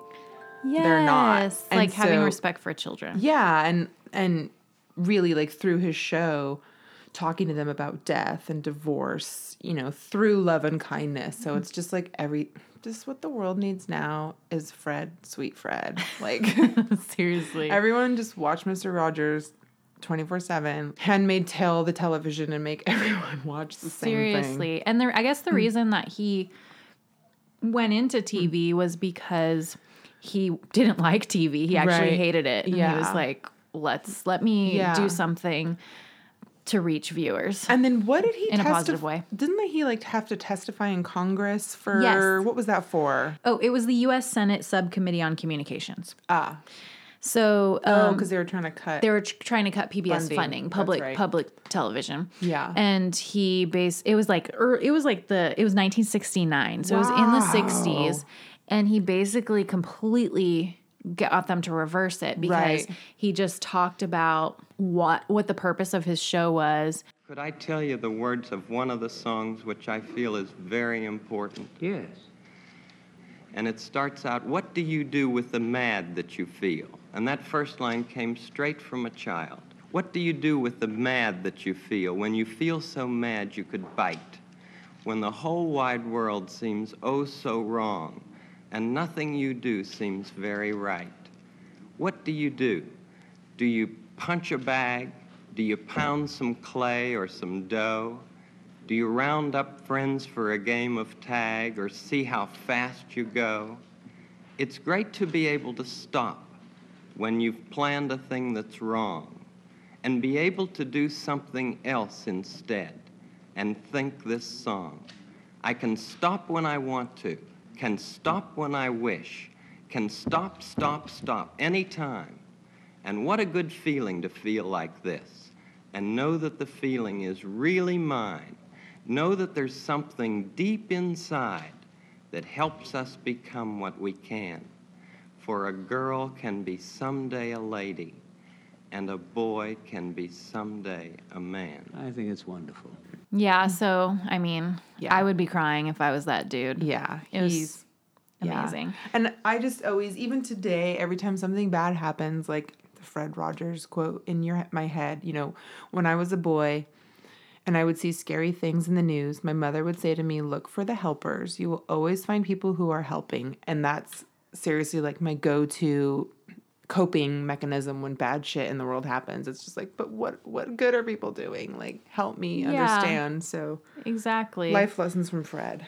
S2: Yes.
S3: They're not. And
S2: Like having
S3: so-
S2: respect for children.
S3: yeah, and and really like through his show talking to them about death and divorce, you know, through love and kindness. So
S2: Mm-hmm.
S3: it's just like every just what the world needs now is Fred, sweet Fred. Like
S2: Seriously.
S3: Everyone just watch Mr. Rogers 24 7, handmade tale the television and make everyone watch the same thing. Hmm.
S2: Seriously. And the, I guess the reason that he went into TV
S3: Hmm.
S2: was because he didn't like TV. He actually
S3: Right.
S2: hated it. And he was
S3: Yeah.
S2: like, let's let me
S3: Yeah.
S2: do something to reach viewers.
S3: And then what did he
S2: In a
S3: testif-
S2: positive way.
S3: Didn't he like have to testify in Congress for
S2: Yes.
S3: what was that for?
S2: oh, it was the US Senate Subcommittee on Communications.
S3: Ah,
S2: So
S3: oh,
S2: um,
S3: because they were trying to cut.
S2: they were tr- trying to cut PBS
S3: Funding,
S2: funding,
S3: that's
S2: public
S3: right.
S2: public television.
S3: Yeah.
S2: and he based it was like er, it was like the it was 1969, so it was in the 60s, and he basically completely got them to reverse it because
S3: Right.
S2: he just talked about what what the purpose of his show was.
S9: Could I tell you the words of one of the songs which I feel is very important? Yes. And it starts out, What do you do with the mad that you feel? And that first line came straight from a child. What do you do with the mad that you feel when you feel so mad you could bite? When the whole wide world seems oh so wrong, and nothing you do seems very right. What do you do? Do you punch a bag? Do you pound some clay or some dough? Do you round up friends for a game of tag or see how fast you go? It's great to be able to stop when you've planned a thing that's wrong and be able to do something else instead and think this song. I can stop when I want to, can stop when I wish, can stop, stop, stop anytime. And what a good feeling to feel like this and know that the feeling is really mine. Know that there's something deep inside that helps us become what we can. For a girl can be someday a lady, and a boy can be someday a man.
S10: I think it's wonderful.
S2: Yeah, so I mean,
S3: Mm. Yeah.
S2: I would be crying if I was that dude.
S3: yeah,
S2: it was
S3: he's yeah.
S2: amazing.
S3: And I just always, even today, every time something bad happens, like the Fred Rogers quote in your my head, you know, when I was a boy and I would see scary things in the news, my mother would say to me, "Look for the helpers. You will always find people who are helping." And that's seriously like my go-to coping mechanism when bad shit in the world happens. It's just like, "But what what good are people doing? Like help me
S2: Yeah.
S3: understand." So,
S2: Exactly.
S3: life lessons from Fred.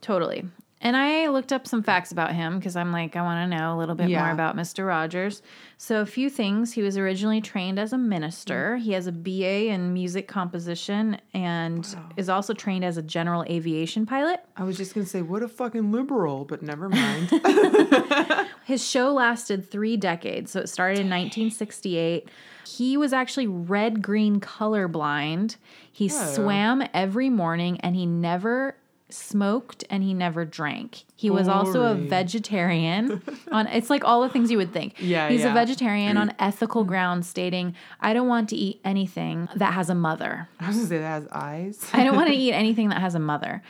S2: Totally. And I looked up some facts about him because I'm like, I want to know a little bit
S3: Yeah.
S2: more about Mr. Rogers. So, a few things. He was originally trained as a minister. He has a BA in music composition and is also trained as a general aviation pilot.
S3: I was just going to say, "What a fucking liberal," but never mind.
S2: His show lasted three decades. So, it started in 1968. He was actually red green colorblind. He swam every morning and he never smoked and he never drank. He was also a vegetarian on it's like all the things you would think.
S3: Yeah,
S2: He's
S3: yeah.
S2: a vegetarian on ethical grounds stating, I don't want to eat anything that has a mother.
S3: I was gonna say that has eyes.
S2: I don't want to eat anything that has a mother.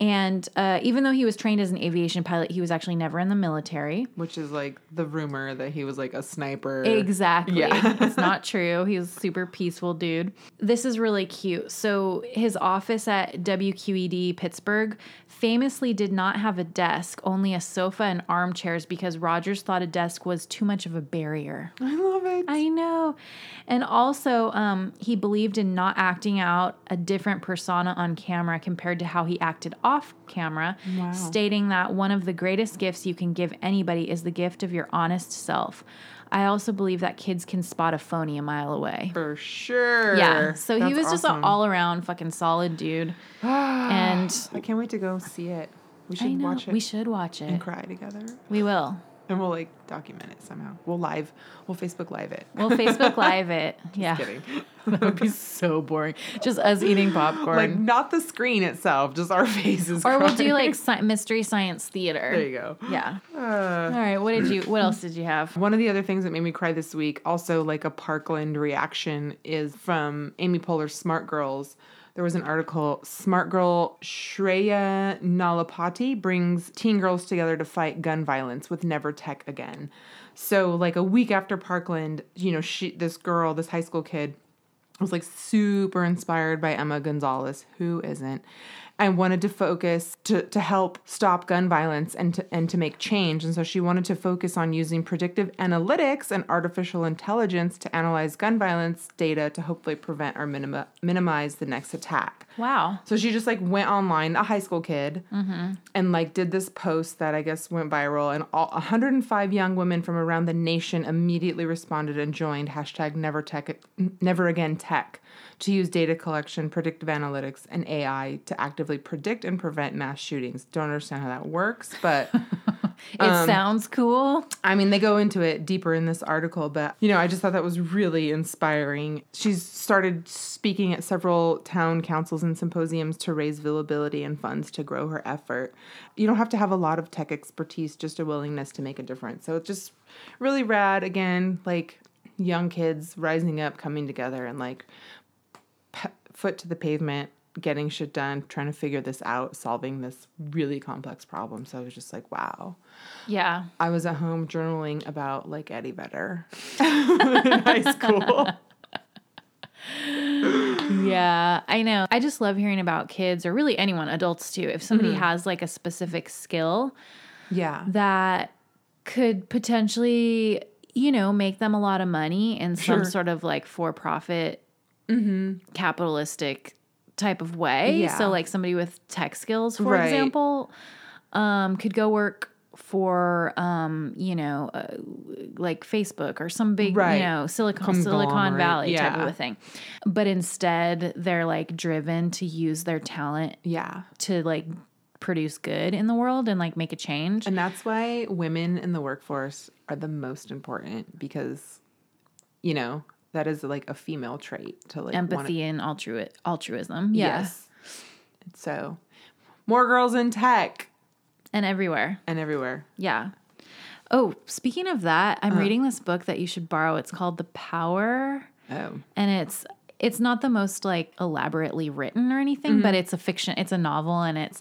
S2: And uh, even though he was trained as an aviation pilot, he was actually never in the military.
S3: Which is like the rumor that he was like a sniper.
S2: Exactly.
S3: Yeah.
S2: it's not true. He was a super peaceful dude. This is really cute. So his office at WQED Pittsburgh famously did not have a desk, only a sofa and armchairs because Rogers thought a desk was too much of a barrier.
S3: I love it.
S2: I know. And also, um, he believed in not acting out a different persona on camera compared to how he acted off camera, stating that one of the greatest gifts you can give anybody is the gift of your honest self. I also believe that kids can spot a phony a mile away.
S3: For sure.
S2: Yeah. So he
S3: That's
S2: was just an
S3: awesome.
S2: all around fucking solid dude. and
S3: I can't wait to go see it. We
S2: I
S3: should
S2: know,
S3: watch it.
S2: we should watch it.
S3: and cry together.
S2: We will.
S3: and we'll like document it somehow. We'll live, we'll Facebook live it.
S2: We'll Facebook Live it. yeah.
S3: kidding.
S2: that would be so boring. Just us eating
S3: Like
S2: popcorn.
S3: not the screen itself, just our faces.
S2: or we'll
S3: crying.
S2: do like sci- mystery science theater.
S3: There you go.
S2: Yeah. All right. What did you? What else did you have?
S3: One of the other things that made me cry this week, also like a Parkland reaction, is from Amy Poehler's Smart Girls. There was an article, Smart Girl Shreya Nalapati brings teen girls together to fight gun violence with Never Tech Again. So like a week after Parkland, you know, she this girl, this high school kid was like super inspired by Emma Gonzalez, who isn't, and wanted to focus to, to help stop gun violence and to, and to make change. And so she wanted to focus on using predictive analytics and artificial intelligence to analyze gun violence data to hopefully prevent or minima, minimize the next attack.
S2: Wow.
S3: So she just like went online, a high school kid, and like did this post that I guess went viral, and all 105 young women from around the nation immediately responded and joined hashtag Never Tech, Never Again Tech, to use data collection, predictive analytics, and AI to actively predict and prevent mass shootings. Don't understand how that works, but.
S2: It sounds cool.
S3: I mean, they go into it deeper in this article, but you know, I just thought that was really inspiring. She's started speaking at several town councils and symposiums to raise visibility and funds to grow her effort. You don't have to have a lot of tech expertise, just a willingness to make a difference. So it's just really rad. Again, like young kids rising up, coming together, and like p- foot to the pavement. Getting shit done, trying to figure this out, solving this really complex problem. So I was just like, wow.
S2: Yeah.
S3: I was at home journaling about like Eddie Vedder in high school.
S2: Yeah, I know. I just love hearing about kids or really anyone, adults too. If somebody
S3: Mm-hmm.
S2: has like a specific skill
S3: Yeah.
S2: that could potentially, you know, make them a lot of money in some sort of like for profit, capitalistic type of way.
S3: Mm-hmm. Yeah.
S2: So, like somebody with tech skills, for
S3: Right.
S2: example, um, could go work for um you know uh, like facebook or some big
S3: Right.
S2: you know silicon silicon
S3: Conglomerate,
S2: valley type
S3: yeah.
S2: of a thing but instead they're like driven to use their talent
S3: Yeah.
S2: to like produce good in the world and like make a change
S3: And that's why women in the workforce are the most important because, you know, that is like a female trait to like wanna-
S2: empathy and altrui- altruism. Yeah.
S3: Yes. So more girls in tech
S2: And everywhere.
S3: and everywhere.
S2: Yeah. Oh, speaking of that,
S3: Uh.
S2: I'm reading this book that you should borrow. It's called The Power,
S3: Oh.
S2: and it's it's not the most like elaborately written or anything,
S3: Mm-hmm.
S2: but it's a fiction. It's a novel, and it's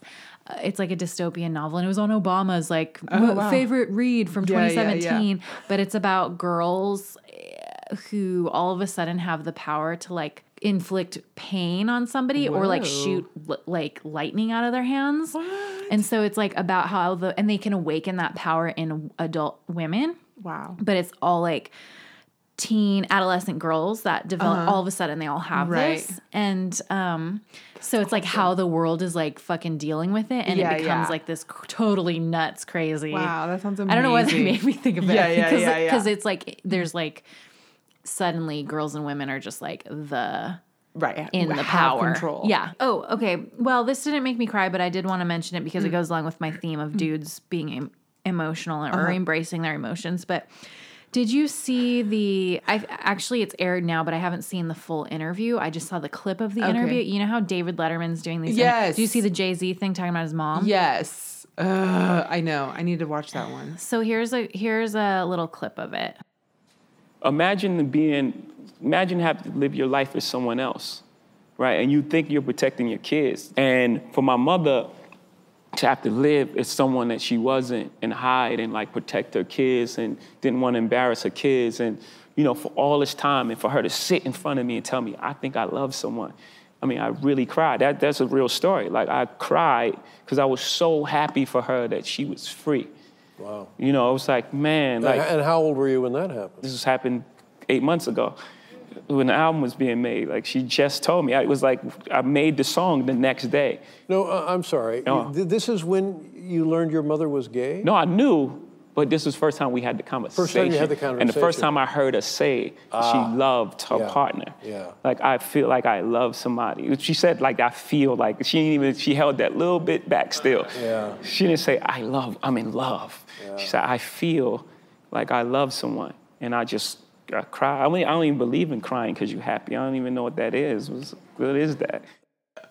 S2: uh, it's like a dystopian novel, and it was on Obama's like mo-
S3: Oh, wow.
S2: favorite read from
S3: Yeah, yeah, yeah.
S2: 2017. But it's about girls eh, who all of a sudden have the power to like inflict pain on somebody or like
S3: Whoa.
S2: shoot l- like lightning out of their hands. And so it's like about how the and they can awaken that power in adult women,
S3: Wow.
S2: but it's all like teen adolescent girls that develop all of a sudden they all have
S3: Uh-huh. Right.
S2: this and um so it's like how the world is like fucking dealing with it and
S3: Yeah,
S2: it becomes
S3: yeah.
S2: like this cr- totally nuts crazy
S3: Wow. That sounds amazing.
S2: I don't know why that made me think of it.
S3: Yeah, yeah,
S2: because
S3: yeah, yeah.
S2: because it's like there's like suddenly girls and women are just like the
S3: Right.
S2: in the
S3: Have
S2: power.
S3: Control.
S2: Yeah. Oh, okay. Well, this didn't make me cry, but I did want to mention it because it goes along with my theme of dudes being em- emotional or embracing their emotions. But did you see the? I actually it's aired now, but I haven't seen the full interview. I just saw the clip of the interview. You know how David Letterman's doing these.
S3: Yes.
S2: Do you see the Jay Z thing talking about his mom?
S3: Yes. Ugh, I know. I need to watch that one.
S2: So here's a here's a little clip of it.
S10: imagine the being imagine having to live your life with someone else right and you think you're protecting your kids and for my mother to have to live as someone that she wasn't and hide and like protect her kids and didn't want to embarrass her kids and you know for all this time and for her to sit in front of me and tell me i think i love someone i mean i really cried that, that's a real story like i cried because i was so happy for her that she was free wow you know i was like man like
S11: and how old were you when that happened?
S10: this was happened eight months ago when the album was being made. Like she just told me. I, it was like I made the song the next day.
S11: No, uh, I'm sorry.
S10: No.
S11: Th- This is when you learned your mother was gay?
S10: No, I knew, But this was the first time we had the conversation.
S11: First time you had the
S10: And the first
S11: conversation.
S10: time I heard her say
S11: Ah,
S10: she loved her
S11: yeah,
S10: partner.
S11: yeah.
S10: Like I feel like I love somebody. She said like I feel like she didn't even she held that little bit back still.
S11: Yeah.
S10: She didn't say I love, I'm in love. She said I feel like I love someone. And I just I cry. I, mean, I don't even believe in crying because you're happy. I don't even know what that is. What's- What is that?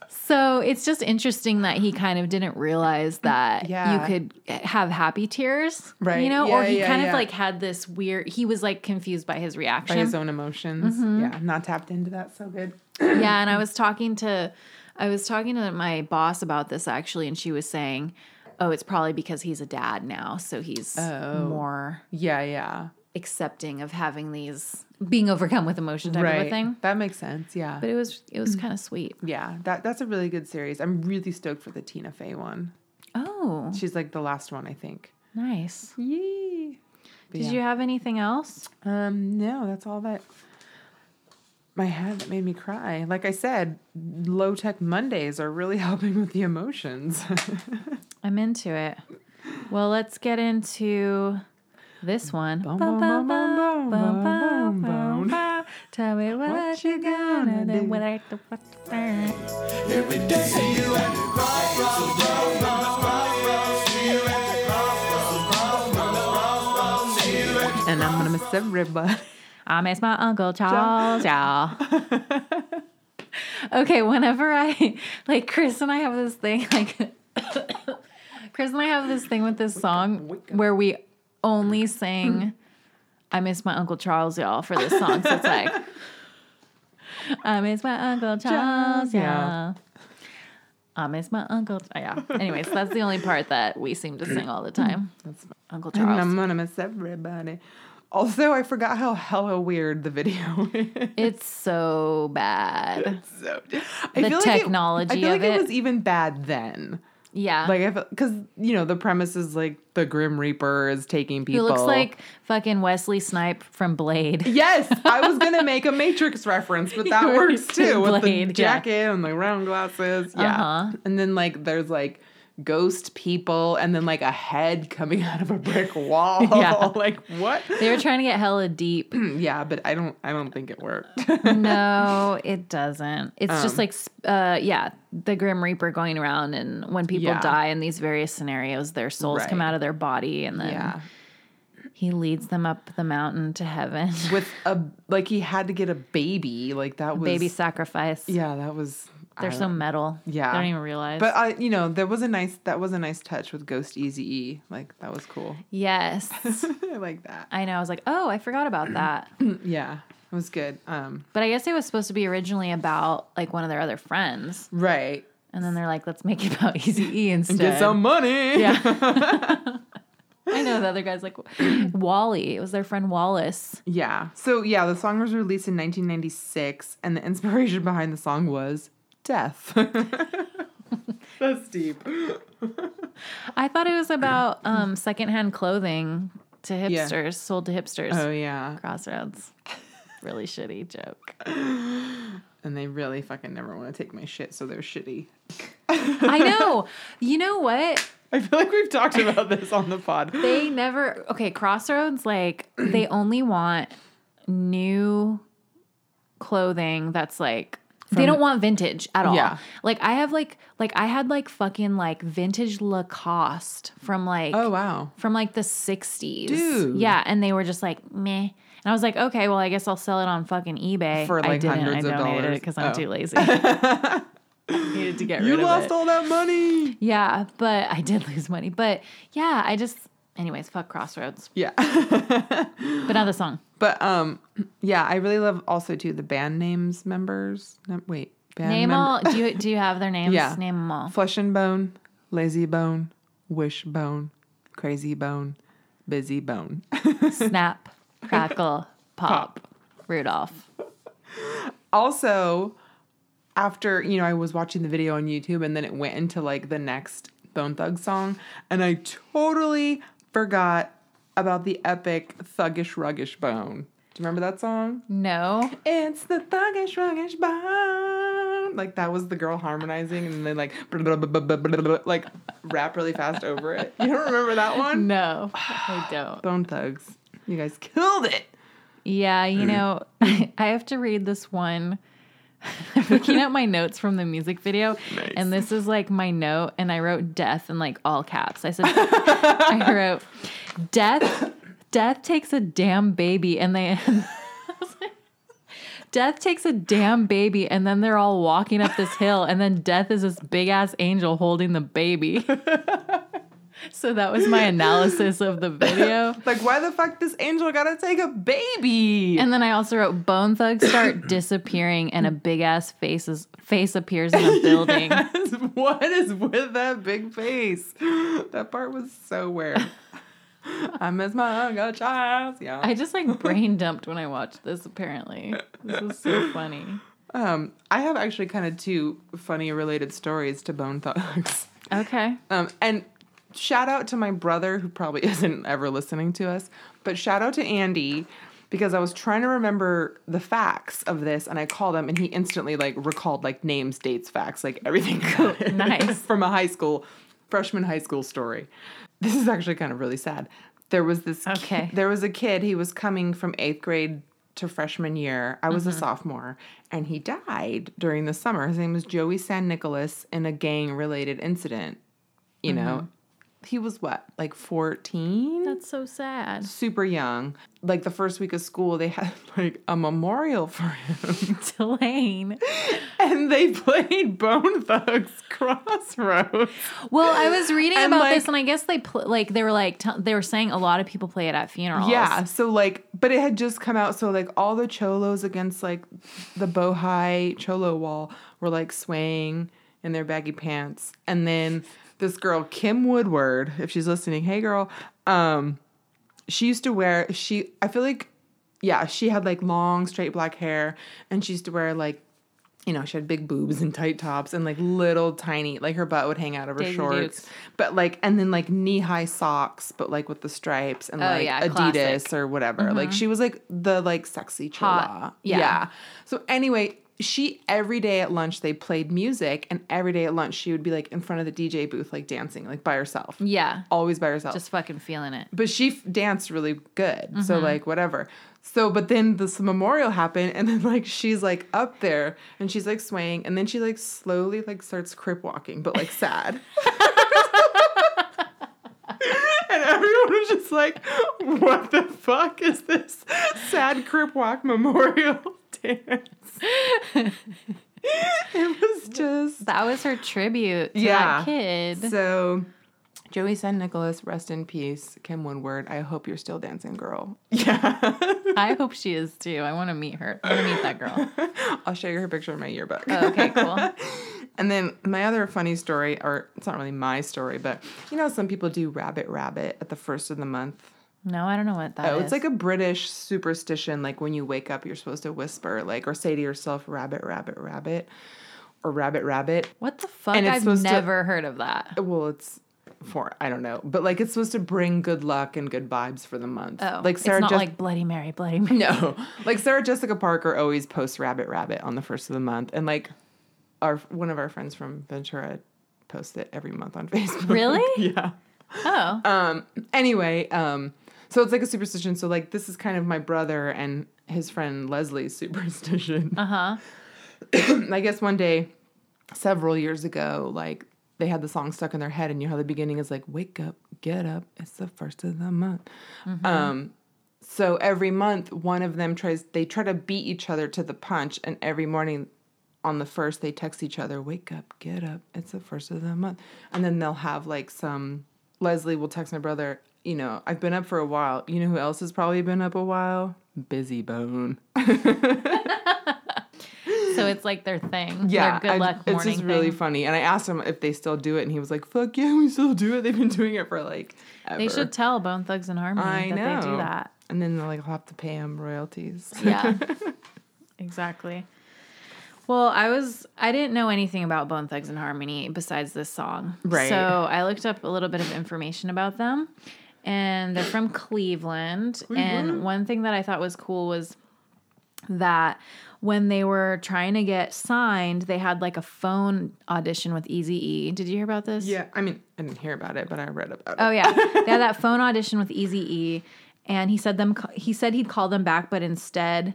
S2: So it's just interesting that he kind of didn't realize that
S3: Yeah.
S2: you could have happy tears,
S3: Right.
S2: You know,
S3: Yeah,
S2: or he
S3: yeah,
S2: kind
S3: yeah.
S2: of like had this weird. He was like confused by his reaction,
S3: by his own emotions.
S2: Mhm.
S3: Yeah, not tapped into that so good.
S2: yeah, and I was talking to I was talking to my boss about this actually, and she was saying, "Oh, it's probably because he's a dad now, so he's
S3: Oh.
S2: more
S3: yeah, yeah,
S2: accepting of having these being overcome with emotion type of a
S3: Right. Mm.
S2: thing."
S3: That makes sense. Yeah,
S2: But it was it was kind of sweet.
S3: yeah. That that's a really good series. I'm really stoked for the Tina Fey one.
S2: Oh,
S3: She's like the last one, I think.
S2: nice.
S3: Yee. But
S2: Did
S3: yeah.
S2: you have anything else?
S3: Um, no, that's all that my head that made me cry. Like I said, low tech Mondays are really helping with the emotions.
S2: I'm into it. Well, let's get into this one.
S3: bum, bum, bum, bum, bum, bum.
S2: Tell me what, you gonna do. What I do. What I do.
S1: Every day see you at the crossroads. Crossroads, see you at the crossroads. Crossroads, see you at the
S3: and I'm gonna miss everybody.
S2: I miss my uncle Charles, y'all. okay, whenever I like Chris and I have this thing, like Chris and I have this thing with this song where we only sing I miss my uncle Charles, y'all, for this song. So it's like I miss my uncle Charles,
S3: Charles, yeah.
S2: y'all. I miss my uncle. Yeah. Anyways, that's the only part that we seem to sing all the time. Uncle
S3: And
S2: Charles.
S3: I'm gonna miss everybody. Also, I forgot how hella weird the video is.
S2: It's so bad.
S3: So,
S2: The
S3: it-
S2: technology
S3: I feel
S2: of
S3: like
S2: it.
S3: was even bad then.
S2: Yeah.
S3: Like I feel because you know the premise is like the Grim Reaper is taking people.
S2: Who looks like fucking Wesley Snipe from Blade.
S3: Yes, I was gonna make a Matrix reference, but that
S2: Right.
S3: works too
S2: Blade,
S3: with the
S2: yeah.
S3: jacket and the round glasses. Yeah,
S2: Uh-huh.
S3: and then like there's like ghost people, and then like a head coming out of a brick wall.
S2: Yeah.
S3: like what?
S2: They were trying to get hella deep.
S3: yeah, but I don't, I don't think it worked.
S2: No, it doesn't. It's just
S3: Um.
S2: like, sp- uh, yeah, the Grim Reaper going around, and when people
S3: Yeah.
S2: die in these various scenarios, their souls come
S3: Right.
S2: out of their body, and then
S3: yeah,
S2: he leads them up the mountain to heaven.
S3: with a like he had to get a baby. Like that was
S2: Baby sacrifice.
S3: Yeah, that was.
S2: They're
S3: I
S2: so
S3: don't-
S2: metal.
S3: Yeah.
S2: They don't even realize.
S3: But uh, I, you know, there was a nice that was a nice touch with Ghost Easy E. Like that was cool.
S2: yes.
S3: I like that.
S2: I know. I was like, oh, I forgot about that.
S3: Yeah, it was good. Um,
S2: But I guess it was supposed to be originally about like one of their other friends.
S3: right.
S2: And then they're like, let's make it about Easy E instead.
S3: And get some money.
S2: Yeah. I know the other guy's like Wally. It was their friend Wallace.
S3: Yeah. So yeah, the song was released in 1996, and the inspiration behind the song was death. That's deep.
S2: I thought it was about um, secondhand clothing to
S3: Yeah.
S2: hipsters, sold to hipsters.
S3: Oh yeah,
S2: Crossroads. really shitty joke.
S3: and they really fucking never want to take my shit, so they're shitty.
S2: I know. You know what?
S3: I feel like we've talked about this on the pod.
S2: They never okay, Crossroads, like they only want new clothing that's like they don't want vintage at all.
S3: Yeah.
S2: Like I have like like I had like fucking like vintage Lacoste from like
S3: Oh wow.
S2: from like the 60s.
S3: Dude.
S2: Yeah, and they were just like, meh. And I was like, okay, well, I guess I'll sell it on fucking eBay.
S3: For,
S2: I
S3: like,
S2: didn't.
S3: hundreds
S2: I
S3: of
S2: donated
S3: dollars.
S2: it because I'm
S3: Oh.
S2: too lazy. I needed to get rid
S3: You
S2: of
S3: lost
S2: it.
S3: all that money.
S2: yeah, but I did lose money. But yeah, I just, anyways, fuck Crossroads.
S3: Yeah.
S2: But not the song.
S3: But um, yeah, I really love also too the band names members. No, wait, band
S2: Name
S3: member-
S2: all. Do you do you have their names?
S3: Yeah.
S2: Name them all.
S3: Flesh and Bone, Lazy Bone, Wish Bone, Crazy Bone, Busy Bone.
S2: Snap, crackle, pop, Rudolph.
S3: also, after you know, I was watching the video on YouTube, and then it went into like the next Bone Thug song, and I totally forgot about the epic Thuggish Ruggish Bone. Do you remember that song?
S2: No,
S3: It's the Thuggish Ruggish Bone. like that was the girl harmonizing and then like blah, blah, blah, blah, blah, blah, like rap really fast over it. You don't remember that one?
S2: No, I don't.
S3: Bone Thugs. You guys killed it.
S2: Yeah, you know, I have to read this one. I'm looking at my notes from the music video, and this is like my note, and I wrote death in like all caps. I said, I wrote death, death takes a damn baby, and they. Death takes a damn baby, and then they're all walking up this hill, and then Death is this big ass angel holding the baby. so that was my analysis of the video.
S3: Like why the fuck this angel gotta take a baby?
S2: And then I also wrote Bone Thugs start disappearing and a big ass faces face appears in a building.
S3: what is with that big face? That part was so weird. I miss my younger child. Yeah.
S2: I just like brain dumped when I watched this apparently. This is so funny.
S3: Um, I have actually kind of two funny related stories to Bone Thugs.
S2: Okay.
S3: Um, and shout out to my brother who probably isn't ever listening to us, but shout out to Andy because I was trying to remember the facts of this and I called him and he instantly like recalled like names, dates, facts, like everything
S2: Oh, Nice.
S3: from a high school freshman high school story. This is actually kind of really sad. There was this ki-
S2: Okay.
S3: there was a kid, he was coming from 8th grade to freshman year. I was
S2: Mm-hmm.
S3: a sophomore and he died during the summer. His name was Joey San Nicholas in a gang related incident you know he was what like 14
S2: That's so sad.
S3: super young like the first week of school they had like a memorial for him
S2: Delane.
S3: and they played bone thugs crossroads
S2: Well, I was reading
S3: And,
S2: about
S3: like-
S2: this and I guess they pl- like they were like t- they were saying a lot of people play it at funerals.
S3: yeah so like but it had just come out so like all the cholos against like the bohai cholo wall were like swaying in their baggy pants and then this girl kim woodward if she's listening hey girl um she used to wear she i feel like yeah she had like long straight black hair and she used to wear like you know she had big boobs and tight tops and like little tiny like her butt would hang out of her
S2: Daisy
S3: shorts
S2: Dukes.
S3: but like and then like knee high socks but like with the stripes and
S2: Oh,
S3: like
S2: yeah,
S3: adidas
S2: classic. Mm-hmm.
S3: or whatever like she was like the like sexy
S2: Hot.
S3: chola
S2: Yeah.
S3: so anyway she every day at lunch they played music and every day at lunch she would be like in front of the dj booth like dancing like by herself
S2: Yeah.
S3: always by herself
S2: Just fucking feeling it.
S3: but she f- danced really good. So like whatever. So but then this memorial happened and then like she's like up there and she's like swaying and then she like slowly like starts crip walking but like sad. and everyone was just like what the fuck is this sad crip walk memorial dance? it was just
S2: That was her tribute to
S3: Yeah.
S2: that kid.
S3: so, Joey San Nicholas, rest in peace. Kim Woodward, I hope you're still dancing, girl. Yeah.
S2: I hope she is too. I want to meet her. I want to meet that girl.
S3: I'll show you her picture in my yearbook.
S2: Oh, Okay, cool.
S3: and then my other funny story, or it's not really my story, but you know, some people do rabbit rabbit at the first of the month.
S2: No, I don't know what that is.
S3: Oh, it's like a British superstition. Like when you wake up, you're supposed to whisper, like, or say to yourself, rabbit, rabbit, rabbit, or rabbit, rabbit.
S2: what the fuck?
S3: and it's
S2: I've
S3: supposed to-
S2: never heard of that.
S3: Well, it's for I don't know, but like it's supposed to bring good luck and good vibes for the month.
S2: Oh,
S3: like Sarah
S2: it's not
S3: Jess-
S2: like Bloody Mary, Bloody Mary.
S3: No, like Sarah Jessica Parker always posts Rabbit Rabbit on the first of the month, and like our one of our friends from Ventura posts it every month on Facebook.
S2: Really?
S3: yeah.
S2: Oh,
S3: Um. Anyway, um. So it's like a superstition. So like this is kind of my brother and his friend Leslie's superstition. Uh huh. I guess one day, several years ago, like they had the song stuck in their head, and you know how the beginning is like "Wake up, get up, it's the first of the month." Um. So every month, one of them tries. They try to beat each other to the punch, and every morning, on the first, they text each other, "Wake up, get up, it's the first of the month," and then they'll have like some. Leslie will text my brother, you know, I've been up for a while. You know who else has probably been up a while? Busy Bone.
S2: so it's like their thing.
S3: Yeah,
S2: their good
S3: I-
S2: luck morning
S3: It's just really
S2: thing.
S3: funny. And I asked him if they still do it, and he was like, "Fuck yeah, we still do it. They've been doing it for like ever."
S2: They should tell Bone Thugs and Harmony
S3: I
S2: that
S3: know.
S2: they do that.
S3: And then they'll like have to pay him royalties.
S2: Yeah. exactly. Well, I was I didn't know anything about Bone Thugs and Harmony besides this song.
S3: Right.
S2: So I looked up a little bit of information about them. And they're from Cleveland. And one thing that I thought was cool was that when they were trying to get signed, they had like a phone audition with Easy E. Did you hear about this?
S3: Yeah, I mean, I didn't hear about it, but I read about it.
S2: Oh yeah, they had that phone audition with Easy E, and he said them. He said he'd call them back, but instead,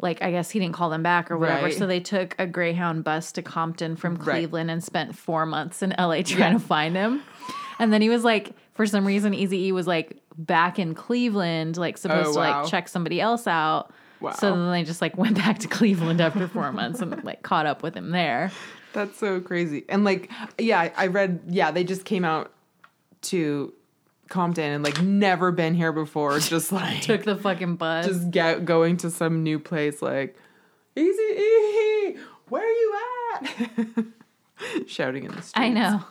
S2: like I guess he didn't call them back or whatever.
S3: Right.
S2: So they took a Greyhound bus to Compton from
S3: Right.
S2: Cleveland and spent four months in LA trying to find him. And then he was like, for some reason, Easy E was like back in Cleveland, like supposed
S3: Oh,
S2: to
S3: wow.
S2: like check somebody else out. So
S3: Wow.
S2: then they just like went back to Cleveland after four months and like caught up with him there.
S3: That's so crazy. And like, yeah, I- I read, yeah, they just came out to Compton and like never been here before. Just like,
S2: Took the fucking bus.
S3: just go- going to some new place, like, easy, E, where are you at? Shouting in the street.
S2: I know.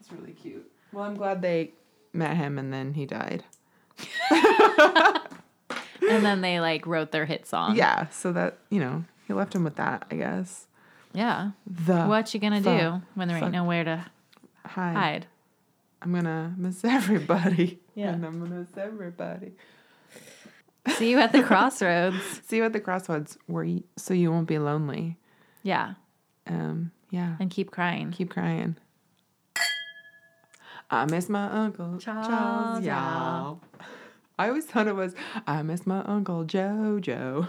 S3: It's really cute. Well, I'm glad they met him and then he died.
S2: And then they like wrote their hit song.
S3: Yeah, so that, you know, he left him with that, I guess.
S2: Yeah.
S3: The
S2: what you gonna
S3: fuck.
S2: do when there ain't
S3: fuck.
S2: nowhere to
S3: Hi.
S2: hide?
S3: I'm gonna miss everybody.
S2: Yeah.
S3: And I'm gonna miss everybody.
S2: See you at the crossroads.
S3: See you at the crossroads where you, so you won't be lonely.
S2: Yeah.
S3: Um, yeah.
S2: And keep crying.
S3: Keep crying. I miss my uncle Charles,
S2: Charles,
S3: y'all. I always thought it was I miss my uncle Jojo,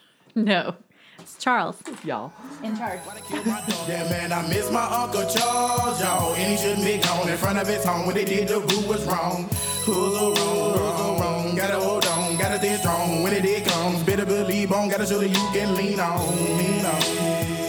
S2: No. It's Charles.
S3: y'all.
S2: In charge.
S1: Yeah, man, I miss my Uncle Charles, y'all. And he shouldn't be gone in front of his home. What they did to Boo was wrong. Who's so wrong? Who's so wrong? Gotta hold on, gotta stay strong. When it did comes, better believe on. Gotta show that you can lean on. Lean on.